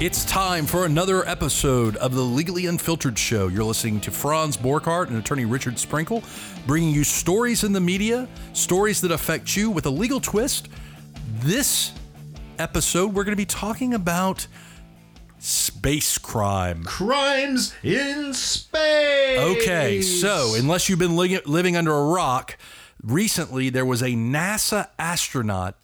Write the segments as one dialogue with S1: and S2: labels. S1: It's time for another episode of the Legally Unfiltered Show. You're listening to Franz Borkhardt and attorney Richard Sprinkle bringing you stories in the media, stories that affect you with a legal twist. This episode, we're going to be talking about space crime.
S2: Crimes in space.
S1: Okay, so unless you've been li- living under a rock, recently there was a NASA astronaut,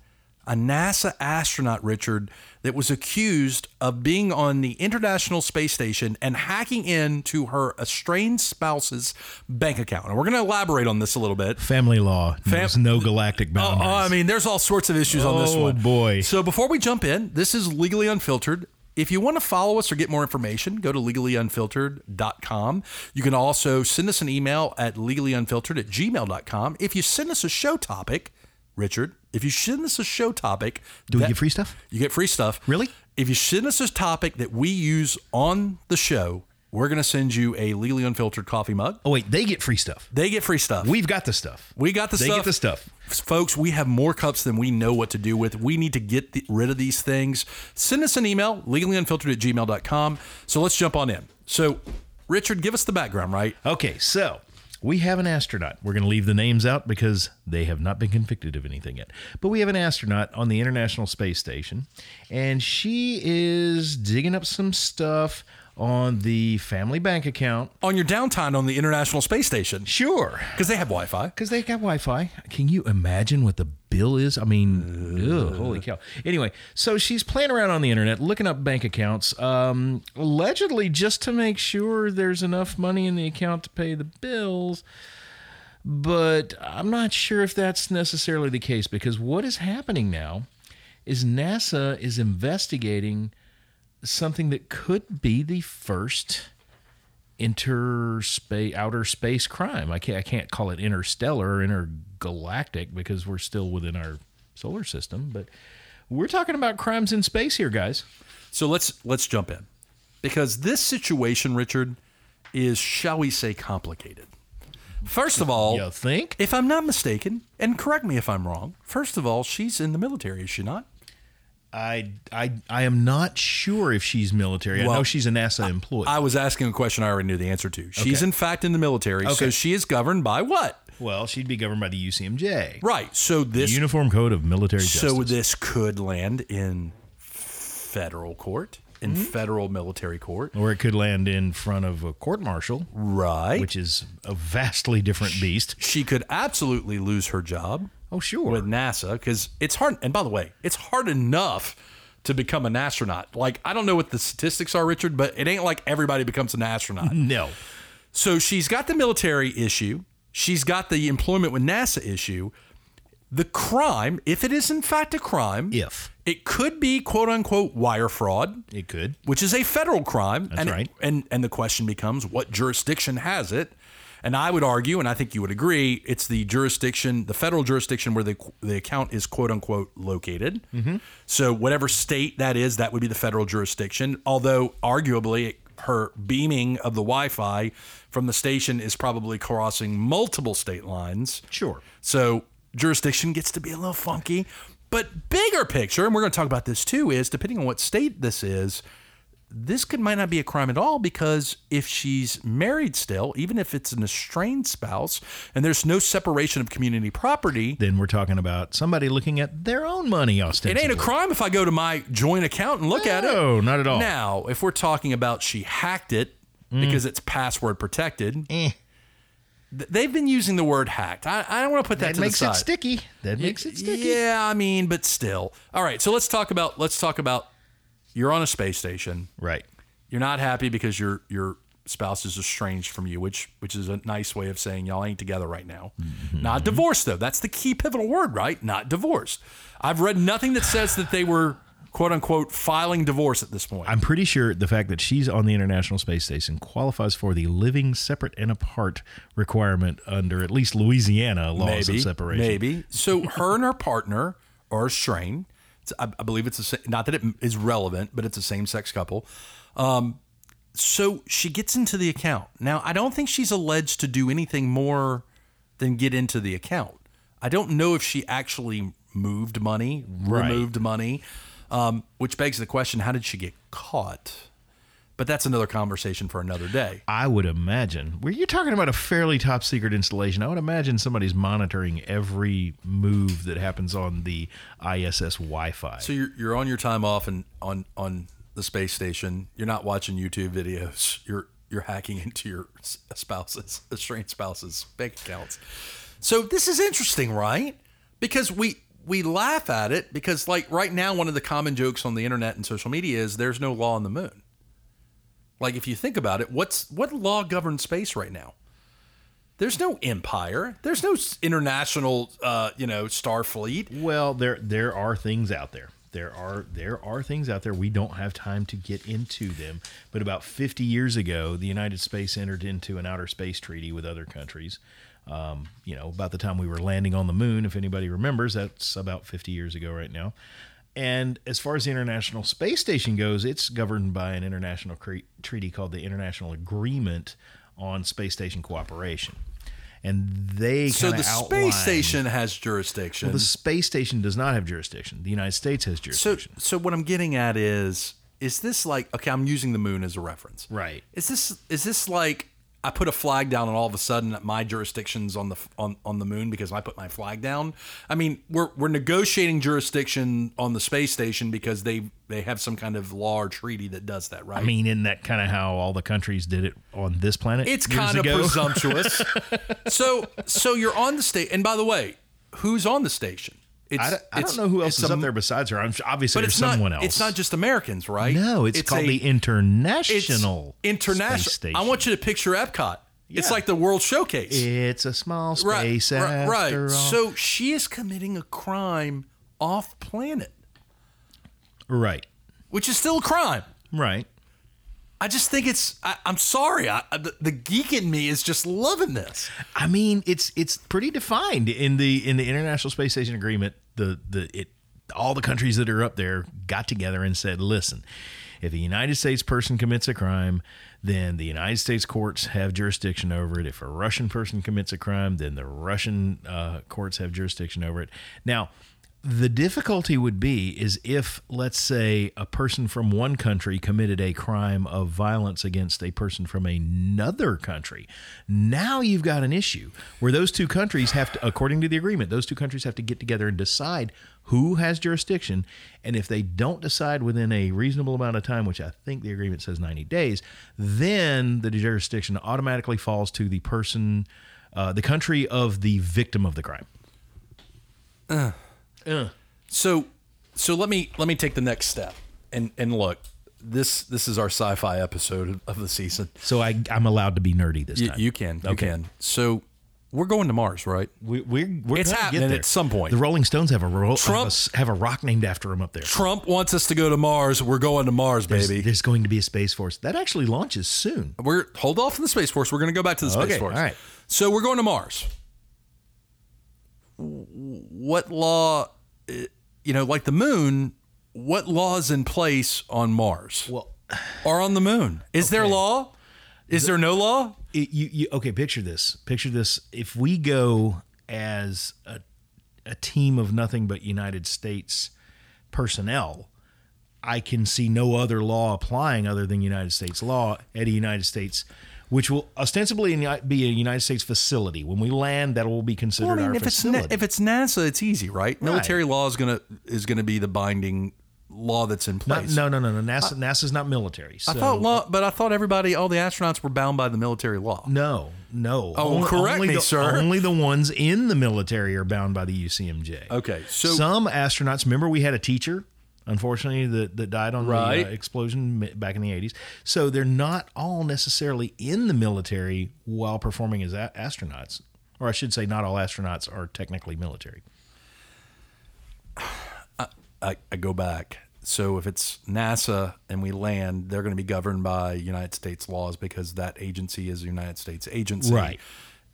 S1: a NASA astronaut, Richard, that was accused of being on the International Space Station and hacking into her estranged spouse's bank account. And we're going to elaborate on this a little bit.
S3: Family law. There's no galactic
S1: Oh,
S3: boundaries.
S1: oh, I mean, there's all sorts of issues on this
S3: Oh,
S1: one.
S3: boy.
S1: So before we jump in, this is Legally Unfiltered. If you want to follow us or get more information, go to legallyunfiltered.com. You can also send us an email at legallyunfiltered at gmail.com. If you send us a show topic, Richard, if you send us a show topic,
S3: Do we
S1: that-
S3: get free stuff?
S1: You get free stuff.
S3: Really?
S1: If you send us a topic that we use on the show, we're going to send you a Legally Unfiltered coffee mug.
S3: oh wait, they get free stuff.
S1: They get free stuff.
S3: We've got the stuff.
S1: We got the
S3: they
S1: stuff.
S3: get the stuff.
S1: Folks, we have more cups than we know what to do with. We need to get the, rid of these things. Send us an email, legallyunfiltered at gmail.com. So let's jump on in. So, Richard, give us the background, right?
S3: Okay, so we have an astronaut. We're going to leave the names out because they have not been convicted of anything yet. But we have an astronaut on the International Space Station, and she is digging up some stuff on the family bank account.
S1: On your downtime on the International Space Station,
S3: Sure.
S1: because they have Wi Fi.
S3: Because they got Wi Fi. Can you imagine what the bill is? I mean, ugh, holy cow. Anyway, so she's playing around on the internet, looking up bank accounts, um, allegedly just to make sure there's enough money in the account to pay the bills. But I'm not sure if that's necessarily the case because what is happening now is NASA is investigating something that could be the first interspace outer space crime. I can't I can't call it interstellar or intergalactic because we're still within our solar system, but we're talking about crimes in space here, guys.
S1: So let's let's jump in. Because this situation, Richard, is shall we say complicated. First of all,
S3: You think?
S1: if I'm not mistaken, and correct me if I'm wrong, first of all, she's in the military, is she not?
S3: I I I am not sure if she's military. I
S1: Well,
S3: know she's a NASA employee.
S1: I was asking a question I already knew the answer to. She's
S3: Okay.
S1: in fact in the military, so
S3: Okay.
S1: she is governed by what?
S3: well, she'd be governed by the UCMJ.
S1: Right. So this
S3: Uniform Code of Military Justice.
S1: so this could land in federal court, in federal military court.
S3: or it could land in front of a court martial,
S1: Right.
S3: which is a vastly different beast.
S1: she could absolutely lose her job
S3: Oh, sure.
S1: with NASA because it's hard. And by the way, it's hard enough to become an astronaut. Like I don't know what the statistics are, Richard, but it ain't like everybody becomes an astronaut.
S3: no.
S1: So she's got the military issue. She's got the employment with NASA issue. The crime, if it is in fact a crime,
S3: If.
S1: it could be quote unquote wire fraud,
S3: It could.
S1: which is a federal crime. That's and
S3: right.
S1: and and the question becomes what jurisdiction has it? And I would argue, and I think you would agree, it's the jurisdiction, the federal jurisdiction where the the account is quote unquote located.
S3: Mm-hmm.
S1: So whatever state that is, that would be the federal jurisdiction. Although arguably, her beaming of the Wi-Fi from the station is probably crossing multiple state lines.
S3: Sure.
S1: So jurisdiction gets to be a little funky. But bigger picture, and we're going to talk about this too, is depending on what state this is, this could might not be a crime at all because if she's married still, even if it's an estranged spouse, and there's no separation of community property,
S3: then we're talking about somebody looking at their own money
S1: it
S3: ostensibly.
S1: ain't a crime if I go to my joint account and look at it.
S3: No, not at all.
S1: Now, if we're talking about she hacked it
S3: Mm.
S1: because it's password protected,
S3: Eh.
S1: th- they've been using the word hacked. I, I don't want to put that,
S3: That
S1: to
S3: makes
S1: the side.
S3: it sticky. That makes it sticky.
S1: Yeah, I mean, but still. All right, so let's talk about let's talk about you're on a space station.
S3: Right.
S1: You're not happy because your your spouse is estranged from you, which which is a nice way of saying y'all ain't together right now. Not divorced though. That's the key pivotal word, right? Not divorced. I've read nothing that says that they were quote unquote filing divorce at this point.
S3: I'm pretty sure the fact that she's on the International Space Station qualifies for the living separate and apart requirement under at least Louisiana laws of separation.
S1: Maybe. So her and her partner are estranged. It's, I, I believe it's the same, not that it is relevant, but it's a same sex couple. Um, so she gets into the account. Now, I don't think she's alleged to do anything more than get into the account. I don't know if she actually moved money, removed money. Um, which begs the question: How did she get caught? But that's another conversation for another day.
S3: I would imagine. Were you talking about a fairly top secret installation? I would imagine somebody's monitoring every move that happens on the ISS Wi-Fi.
S1: So you're, you're on your time off and on on the space station. You're not watching YouTube videos. You're you're hacking into your s- spouse's estranged spouse's bank accounts. So this is interesting, right? Because we we laugh at it because like right now one of the common jokes on the internet and social media is there's no law on the moon. Like if you think about it, what's what law governs space right now? There's no empire. There's no s- international, uh, you know, Starfleet.
S3: well, there there are things out there. There are there are things out there we don't have time to get into them. But about 50 years ago, the United States entered into an outer space treaty with other countries. Um, you know, about the time we were landing on the moon, if anybody remembers, that's about 50 years ago right now. And as far as the International Space Station goes, it's governed by an international cre- treaty called the International Agreement on Space Station Cooperation. And they
S1: So
S3: kinda
S1: the
S3: outline-
S1: space station has jurisdiction.
S3: the space station does not have jurisdiction. The United States has
S1: so,
S3: jurisdiction.
S1: so what I'm getting at is, is this like okay? I'm using the moon as a reference,
S3: Right.
S1: Is this is this like I put a flag down and all of a sudden my jurisdiction's on the on on the moon because I put my flag down? I mean, we're we're negotiating jurisdiction on the space station because they they have some kind of law or treaty that does that, right?
S3: I mean, isn't that kind of how all the countries did it on this planet?
S1: It's
S3: years
S1: kind of
S3: ago?
S1: presumptuous. so so you're on the state, and by the way, who's on the station? It's,
S3: I, don't, I
S1: it's-
S3: don't know who else
S1: it's
S3: is
S1: a
S3: up there besides her. I'm sure, obviously
S1: but
S3: there's
S1: it's not,
S3: someone else.
S1: It's not just Americans, right?
S3: No, it's, called
S1: a-
S3: the
S1: it's
S3: International
S1: international.
S3: Space Station.
S1: I want you to picture Epcot. It's
S3: Yeah.
S1: like the World Showcase.
S3: It's a small
S1: right,
S3: space
S1: right,
S3: after
S1: right.
S3: all.
S1: So she is committing a crime off planet,
S3: right,
S1: which is still a crime.
S3: right.
S1: I just think it's. I, I'm sorry. I, the, the geek in me is just loving this.
S3: I mean, it's it's pretty defined in the in the International Space Station Agreement. The the it all the countries that are up there got together and said, listen, if a United States person commits a crime, then the United States courts have jurisdiction over it. If a Russian person commits a crime, then the Russian uh, courts have jurisdiction over it. Now. The difficulty would be is if, let's say, a person from one country committed a crime of violence against a person from another country. Now you've got an issue where those two countries have to, according to the agreement, those two countries have to get together and decide who has jurisdiction. And if they don't decide within a reasonable amount of time, which I think the agreement says 90 days, then the jurisdiction automatically falls to the person, uh, the country of the victim of the crime.
S1: So so let me let me take the next step and and look. This this is our sci-fi episode of the season.
S3: So I, I'm allowed to be nerdy this
S1: You,
S3: time.
S1: you can you
S3: Okay.
S1: can. So we're going to Mars, right?
S3: We, we're, we're
S1: It's
S3: gonna
S1: happening
S3: get there.
S1: at some point.
S3: The Rolling Stones have a ro-
S1: Trump-
S3: have, a, s- have a rock named after him up there.
S1: Trump wants us to go to Mars. We're going to Mars, baby.
S3: There's going to be a space force that actually launches soon.
S1: We're hold off on the space force. We're going to go back to the space
S3: Okay,
S1: force.
S3: all right.
S1: So we're going to Mars. What law, eh, you know, like the moon? What laws in place on Mars
S3: Well,
S1: or on the moon? Is there law? Is there no law?
S3: it, you, you okay? Picture this. Picture this. If we go as a a team of nothing but United States personnel, I can see no other law applying other than United States law at a United States. Which will ostensibly be a United States facility. When we land, that will be considered
S1: I mean,
S3: our
S1: if it's,
S3: facility.
S1: na- if it's NASA, it's easy, right? Military law is gonna is gonna be the binding law that's in
S3: Not-
S1: place.
S3: no, no, no, no. NASA, NASA's not military. So
S1: I thought law, but I thought everybody, all the astronauts, were bound by the military law.
S3: no, no.
S1: Oh, correct
S3: only
S1: me,
S3: the,
S1: sir.
S3: Only the ones in the military are bound by the UCMJ.
S1: Okay, so
S3: Some astronauts. Remember, we had a teacher, unfortunately, that, that died on
S1: Right.
S3: the uh, explosion mi- back in the '80s. So they're not all necessarily in the military while performing as a- astronauts, or I should say, not all astronauts are technically military.
S1: I, I go back. So if it's NASA and we land, they're going to be governed by United States laws because that agency is a United States agency.
S3: Right.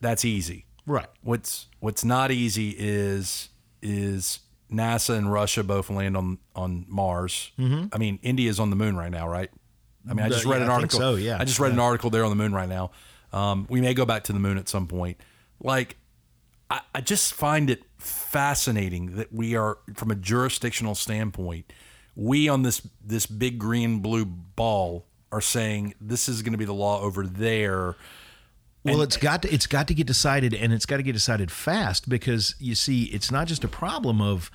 S1: That's easy.
S3: Right.
S1: What's what's not easy is is NASA and Russia both land on on Mars. I mean, India's on the moon right now, right? I mean, I
S3: Mm-hmm. The-
S1: just read
S3: yeah,
S1: an
S3: I think
S1: article.
S3: so, yeah.
S1: I just read an article there on the moon right now. Um, we may go back to the moon at some point. Like, I, I just find it fascinating that we are, from a jurisdictional standpoint, we on this this big green blue ball are saying this is going to be the law over there.
S3: Well, it's got to, it's got to get decided, and it's got to get decided fast because you see, it's not just a problem of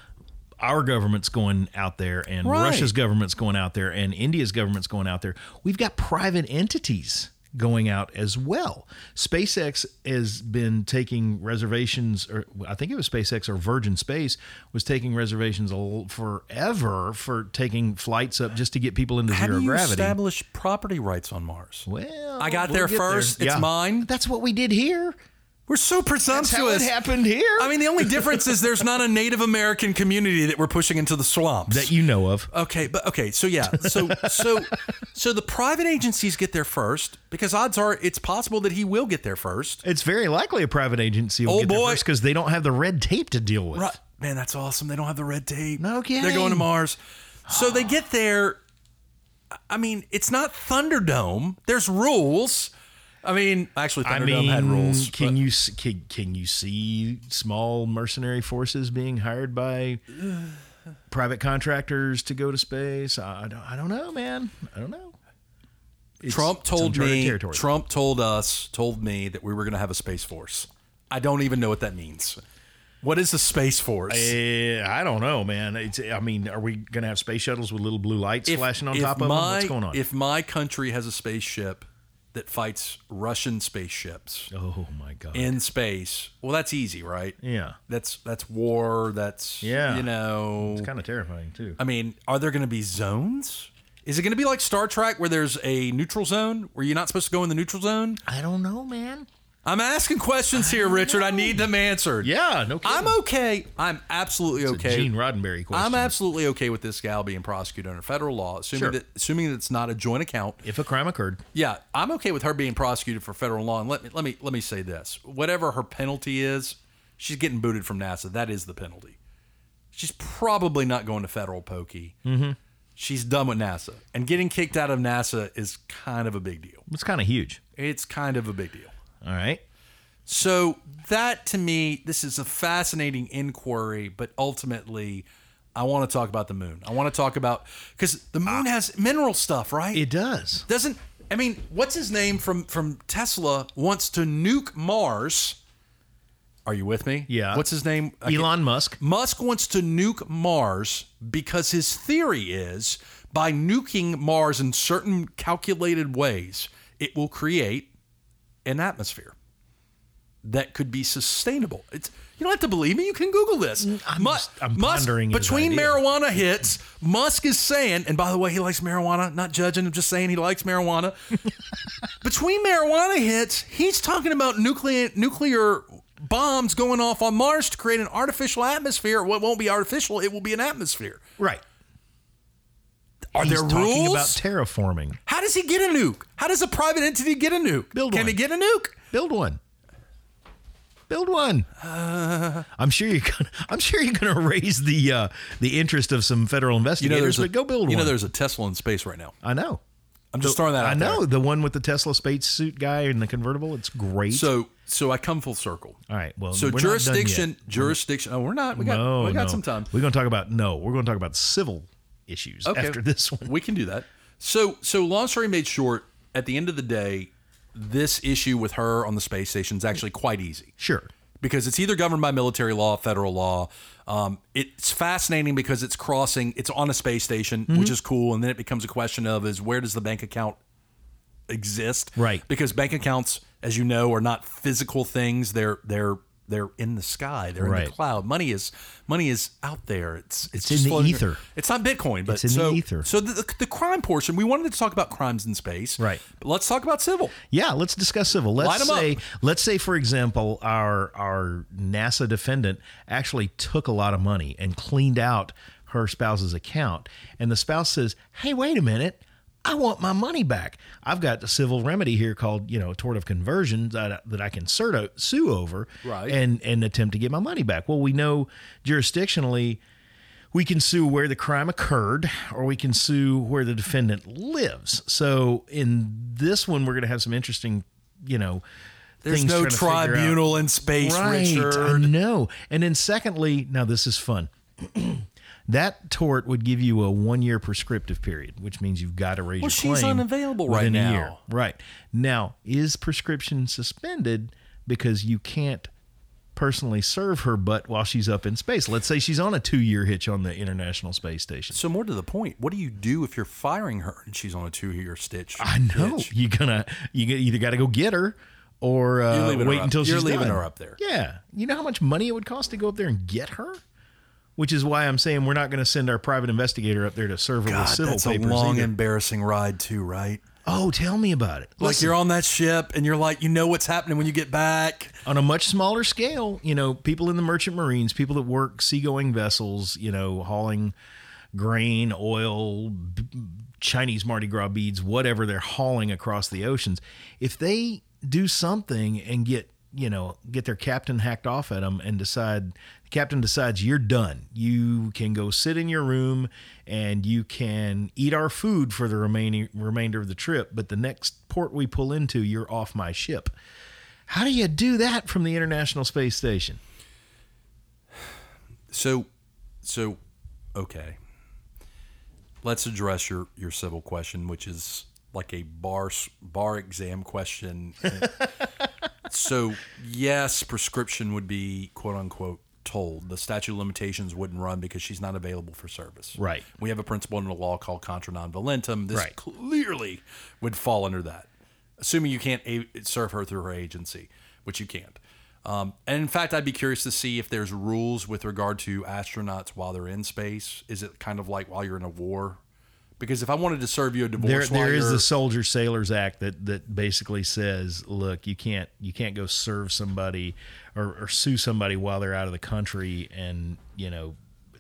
S3: our government's going out there and
S1: Right.
S3: Russia's government's going out there and India's government's going out there. We've got private entities going out as well. SpaceX has been taking reservations or I think it was SpaceX or Virgin Space was taking reservations a l- forever for taking flights up just to get people into
S1: How
S3: zero
S1: do you
S3: gravity.
S1: establish property rights on Mars?
S3: well,
S1: I got
S3: we'll
S1: there
S3: get
S1: first. It's mine.
S3: That's what we did here.
S1: We're so presumptuous.
S3: That's how it happened here.
S1: I mean, the only difference is there's not a Native American community that we're pushing into the swamps.
S3: that you know of.
S1: Okay, but okay, so yeah, so so so the private agencies get there first because odds are it's possible that he will get there first.
S3: It's very likely a private agency will
S1: Oh,
S3: get there
S1: boy.
S3: first because they don't have the red tape to deal with.
S1: Right. Man, that's awesome. They don't have the red tape.
S3: No
S1: They're going to
S3: kidding.
S1: Mars. So they get there. I mean, it's not Thunderdome. There's rules. I mean, actually,
S3: I
S1: Thunderdome
S3: mean,
S1: had rules.
S3: can you s- can, can you see small mercenary forces being hired by private contractors to go to space? I don't, I don't know, man. I don't know. It's-
S1: Trump
S3: it's
S1: told
S3: uncharted
S1: me.
S3: territory.
S1: Trump told us. Told me that we were going to have a space force. I don't even know what that means. What is a space force?
S3: Eh, I don't know, man. It's, I mean, are we going to have space shuttles with little blue lights flashing on top of them? What's going on?
S1: If my country has a spaceship that fights Russian spaceships
S3: oh my god!
S1: in space, well, that's easy, right?
S3: yeah,
S1: That's that's war. That's
S3: Yeah.
S1: You know,
S3: kind of terrifying too.
S1: I mean, are there going to be zones? Is it going to be like Star Trek where there's a neutral zone where you're not supposed to go in the neutral zone?
S3: I don't know, man.
S1: I'm asking questions here, Richard. I need them answered.
S3: Yeah, no kidding.
S1: I'm okay. I'm absolutely okay.
S3: Gene Roddenberry question.
S1: I'm absolutely okay with this gal being prosecuted under federal law, assuming
S3: Sure.
S1: that assuming that it's not a joint account.
S3: if a crime occurred,
S1: Yeah, I'm okay with her being prosecuted for federal law. And let me let me let me say this: whatever her penalty is, she's getting booted from NASA. That is the penalty. She's probably not going to federal pokey. Mm-hmm. She's done with NASA, and getting kicked out of NASA is kind of a big deal.
S3: it's kind of huge.
S1: It's kind of a big deal.
S3: All right.
S1: So that to me, this is a fascinating inquiry, but ultimately. I want to talk about the moon. I want to talk about because the moon has mineral stuff, right?
S3: Ah. It does.
S1: doesn't I mean, what's his name from from Tesla wants to nuke Mars? Are you with me?
S3: Yeah.
S1: What's his name? I can't-
S3: Elon Musk.
S1: Musk wants to nuke Mars because his theory is by nuking Mars in certain calculated ways, it will create an atmosphere that could be sustainable. It's you don't have to believe me. You can Google this.
S3: I'm
S1: Mu-
S3: just- I'm
S1: Musk,
S3: pondering his
S1: between
S3: idea.
S1: marijuana hits. Musk is saying, and by the way, he likes marijuana. Not judging. I'm just saying he likes marijuana. between marijuana hits, he's talking about nuclear nuclear bombs going off on Mars to create an artificial atmosphere. What won't be artificial? It will be an atmosphere.
S3: Right.
S1: Are
S3: He's
S1: there
S3: talking
S1: rules?
S3: about terraforming.
S1: How does he get a nuke? How does a private entity get a nuke?
S3: Build
S1: Can
S3: one.
S1: he get a nuke?
S3: Build one. Build one.
S1: Uh.
S3: I'm sure you're gonna. I'm sure you're gonna raise the uh, the interest of some federal investigators. but go build
S1: You know,
S3: one.
S1: there's a Tesla in space right now.
S3: I know.
S1: I'm just throwing that out
S3: I
S1: there.
S3: know the one with the Tesla space suit guy and the convertible. It's great.
S1: So so I come full circle.
S3: All right. Well,
S1: So
S3: we're not done
S1: jurisdiction, jurisdiction. Oh, we're not. We
S3: yet.
S1: got
S3: No,
S1: we got
S3: no.
S1: some time.
S3: We're gonna talk about no. We're gonna talk about civil issues after this one.
S1: We can do that. So so long story made short. At the end of the day, this issue with her on the space station is actually quite easy
S3: Sure.
S1: because it's either governed by military law, federal law. Um, it's fascinating because it's crossing. It's on a space station,
S3: Mm-hmm.
S1: which is cool, and then it becomes a question of is where does the bank account exist?
S3: Right.
S1: Because bank accounts, as you know, are not physical things. They're they're they're in the sky. They're in
S3: Right.
S1: the cloud. Money is money is out there. It's it's,
S3: in
S1: just
S3: the
S1: floating-
S3: ether.
S1: It's not Bitcoin, but
S3: in the
S1: so,
S3: ether.
S1: So the, the, the crime portion. We wanted to talk about crimes in space,
S3: Right.
S1: But let's talk about civil.
S3: Yeah, let's discuss civil.
S1: Light
S3: Let's
S1: 'em up.
S3: say, let's say, for example, our our NASA defendant actually took a lot of money and cleaned out her spouse's account, and the spouse says, "Hey, wait a minute." I want my money back. I've got a civil remedy here called, you know, tort of conversion that, that I can sue, sue over
S1: Right.
S3: and, and attempt to get my money back. Well, we know jurisdictionally we can sue where the crime occurred, or we can sue where the defendant lives. So in this one, we're going to have some interesting, you know,
S1: There's
S3: things
S1: no
S3: trying to figure out.
S1: tribunal in space,
S3: right?
S1: Richard.
S3: I know. And then secondly, now this is fun. That tort would give you a one year prescriptive period, which means you've got to raise
S1: Well,
S3: your
S1: she's
S3: claim
S1: unavailable right
S3: within a
S1: now.
S3: year. Right. Now, is prescription suspended because you can't personally serve her but while she's up in space? Let's say she's on a two year hitch on the International Space Station.
S1: So more to the point, what do you do if you're firing her and she's on a two-year stitch?
S3: I know.
S1: Hitch?
S3: You're gonna you g- either gotta go get her or uh,
S1: leaving her
S3: wait
S1: up-
S3: until
S1: you're
S3: she's
S1: leaving
S3: done.
S1: her up there.
S3: Yeah. You know how much money it would cost to go up there and get her? Which is why I'm saying we're not going to send our private investigator up there to serve her
S1: God,
S3: with civil
S1: that's a
S3: papers.
S1: long,
S3: either.
S1: embarrassing ride too, right?
S3: oh, tell me about it.
S1: Like you're on that ship and you're like, you know what's happening when you get back.
S3: on a much smaller scale, you know, people in the merchant marines, people that work seagoing vessels, you know, hauling grain, oil, b- Chinese Mardi Gras beads, whatever they're hauling across the oceans. If they do something and get, you know, get their captain hacked off at them and decide, the captain decides you're done. You can go sit in your room and you can eat our food for the remaining remainder of the trip, but the next port we pull into, you're off my ship. How do you do that from the International Space Station?
S1: So, so, okay. Let's address your your civil question, which is like a bar s- bar exam question. so, yes, prescription would be quote unquote told. The statute of limitations wouldn't run because she's not available for service.
S3: Right.
S1: We have a principle in the law called contra non volentum. This
S3: Right.
S1: clearly would fall under that, assuming you can't a- serve her through her agency, which you can't. Um, and in fact, I'd be curious to see if there's rules with regard to astronauts while they're in space. Is it kind of like while you're in a war? Because if I wanted to serve you a divorce,
S3: There,
S1: while
S3: there is
S1: you're-
S3: the Soldier Sailors Act that that basically says, look, you can't you can't go serve somebody or, or sue somebody while they're out of the country, and you know,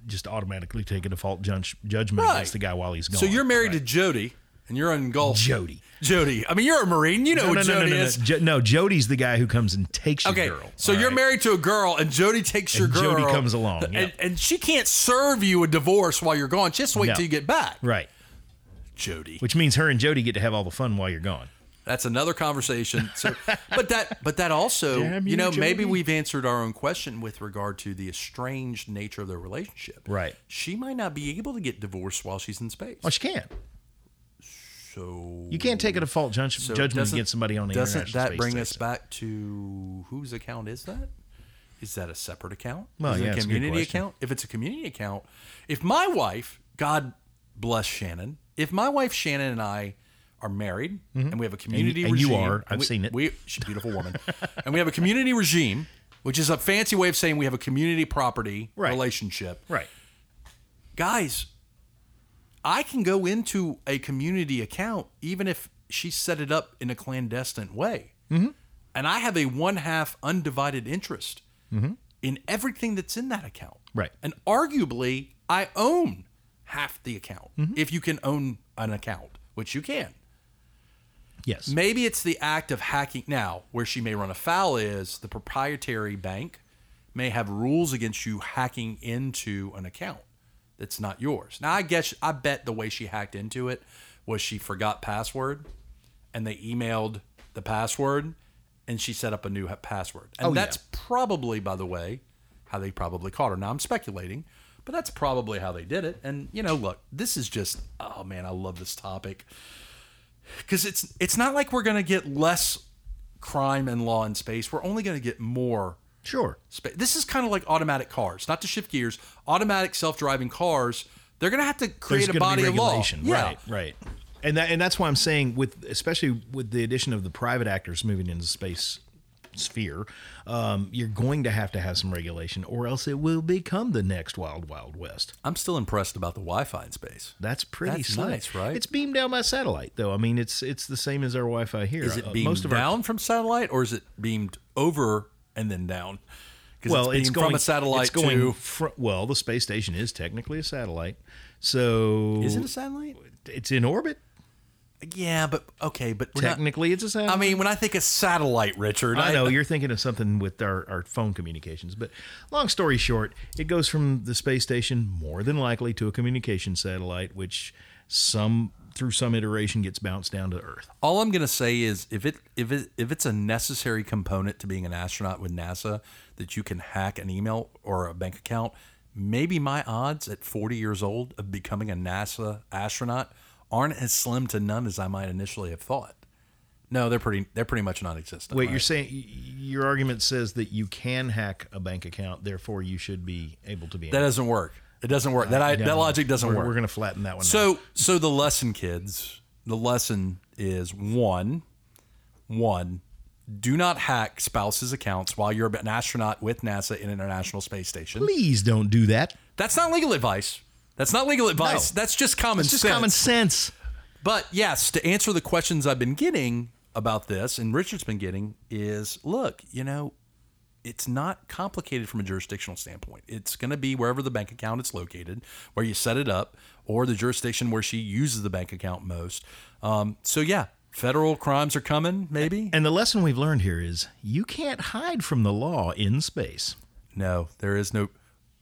S3: just automatically take a default judge, judgment
S1: Right.
S3: against the guy while he's gone.
S1: So you're married to Jody, and you're in Gulf.
S3: Jody.
S1: Jody. I mean, you're a Marine. You know
S3: No,
S1: what
S3: no, no, no,
S1: Jody
S3: no, no.
S1: is.
S3: Jo- no, Jody's the guy who comes and takes your
S1: Okay,
S3: girl.
S1: so
S3: all
S1: you're
S3: right?
S1: married to a girl, and Jody takes your girl.
S3: Jody comes along,
S1: and,
S3: yep.
S1: and she can't serve you a divorce while you're gone. She has to wait
S3: No.
S1: till you get back.
S3: right?
S1: Jody,
S3: Which means her and Jody get to have all the fun while you're gone.
S1: that's another conversation. So, but that, but that also,
S3: Damn
S1: you,
S3: you,
S1: know, maybe
S3: Jody.
S1: we've answered our own question with regard to the estranged nature of their relationship.
S3: Right.
S1: She might not be able to get divorced while she's in space.
S3: Well, she can't.
S1: So
S3: You can't take a default judge,
S1: So
S3: judgment
S1: doesn't-
S3: against somebody on the
S1: doesn't
S3: International
S1: that
S3: Space
S1: bring
S3: Station.
S1: us back to whose account is that? Is that a separate account?
S3: Well,
S1: is it
S3: yeah,
S1: a
S3: it's a good
S1: community
S3: question.
S1: account? If it's a community account, if my wife, God bless Shannon, if my wife Shannon and I are married and we have a community
S3: Mm-hmm. and you
S1: regime,
S3: are.
S1: and
S3: I've
S1: we-
S3: seen it.
S1: We, she's a beautiful woman, and we have a community regime, which is a fancy way of saying we have a community property
S3: Right.
S1: relationship
S3: Right.
S1: guys, I can go into a community account even if she set it up in a clandestine way. And I have a one half undivided interest in everything that's in that account.
S3: Right.
S1: And arguably, I own half the account if you can own an account, which you can.
S3: Yes.
S1: Maybe it's the act of hacking. Now, where she may run afoul is the proprietary bank may have rules against you hacking into an account that's not yours. Now, I guess I bet the way she hacked into it was she forgot password and they emailed the password and she set up a new ha- password.
S3: Oh,
S1: And that's probably, by the way, how they probably caught her. Now, I'm speculating. But that's probably how they did it. And, you know, look, this is just, oh man, I love this topic because it's it's not like we're going to get less crime and law in space. We're only going to get more.
S3: Sure.
S1: Space. This is kind of like automatic cars. Not to shift gears, automatic self-driving cars. They're going to have to create a
S3: gonna
S1: body of law.
S3: regulation. Right, right. And that and that's why I'm saying with especially with the addition of the private actors moving into space sphere, um, you're going to have to have some regulation or else it will become the next wild wild west.
S1: I'm still impressed about the Wi-Fi in space.
S3: That's pretty
S1: That's
S3: slick.
S1: nice, right?
S3: It's beamed down by satellite though. I mean, it's it's the same as our Wi-Fi here.
S1: Is it
S3: Uh,
S1: beamed
S3: most of our
S1: down from satellite, or is it beamed over and then down? 'Cause
S3: well, it's,
S1: beamed
S3: going
S1: from a satellite
S3: it's going
S1: to.
S3: fro- well, the space station is technically a satellite. So
S1: Is it a satellite?
S3: it's in orbit.
S1: Yeah, but okay, but we're not-
S3: Technically, it's a satellite.
S1: I mean, when I think of satellite, Richard,
S3: I know you're thinking of something with our, our phone communications, but long story short, it goes from the space station more than likely to a communication satellite, which some through some iteration gets bounced down to Earth.
S1: All I'm gonna say is if it if it if it's a necessary component to being an astronaut with NASA that you can hack an email or a bank account, maybe my odds at 40 years old of becoming a NASA astronaut aren't as slim to none as I might initially have thought. No, they're pretty they're pretty much non-existent.
S3: Wait,
S1: right?
S3: you're saying y- your argument says that you can hack a bank account, therefore you should be able to be.
S1: that doesn't work. It doesn't work. That I, that logic doesn't
S3: Uh, we're,
S1: work.
S3: We're going to flatten that one. out.
S1: So so the lesson, kids. The lesson is one, one. Do not hack spouses' accounts while you're an astronaut with NASA in an International Space Station.
S3: please don't do that.
S1: That's not legal advice. That's not legal advice.
S3: No.
S1: That's just common
S3: It's just
S1: sense.
S3: common sense.
S1: But yes, to answer the questions I've been getting about this, and Richard's been getting, is look, you know, it's not complicated from a jurisdictional standpoint. It's going to be wherever the bank account is located, where you set it up, or the jurisdiction where she uses the bank account most. Um, so yeah, federal crimes are coming, maybe.
S3: And the lesson we've learned here is you can't hide from the law in space.
S1: No, there is no.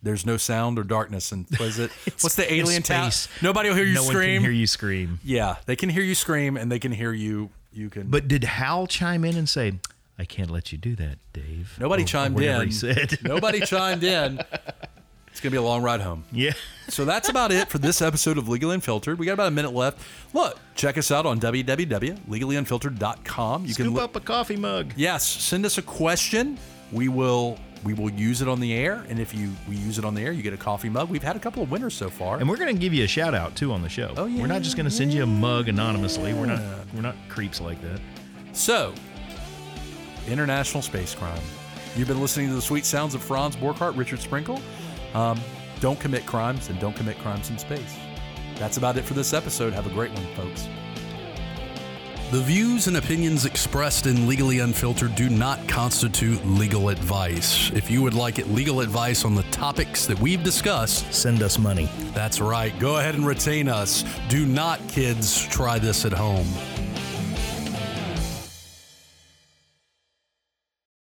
S1: There's no sound or darkness, and what is it? What's the alien
S3: It's
S1: tap?
S3: space.
S1: Nobody will hear you
S3: no
S1: scream.
S3: One can hear you scream.
S1: Yeah, they can hear you scream, and they can hear you. You can.
S3: But did Hal chime in and say, "I can't let you do that, Dave"?
S1: Nobody
S3: Or
S1: chimed
S3: whatever
S1: in.
S3: He said,
S1: Nobody chimed in. It's gonna be a long ride home.
S3: "Yeah."
S1: So that's about it for this episode of Legally Unfiltered. We got about a minute left. Look, check us out on www.legallyunfiltered.com. You can
S3: Scoop
S1: look.
S3: up a coffee mug.
S1: Yes, send us a question. We will we will use it on the air, and if you we use it on the air, you get a coffee mug. We've had a couple of winners so far.
S3: And we're going to give you a shout out too on the show.
S1: Oh, yeah,
S3: We're not just going to send you a mug anonymously. We're not. We're not creeps like that.
S1: So, international space crime. You've been listening to the sweet sounds of Franz Borkhardt, Richard Sprinkle. Um, don't commit crimes and don't commit crimes in space. That's about it for this episode. Have a great one, folks.
S4: The views and opinions expressed in Legally Unfiltered do not constitute legal advice. If you would like it legal advice on the topics that we've discussed,
S3: Send us money.
S4: that's right. Go ahead and retain us. Do not, kids, try this at home.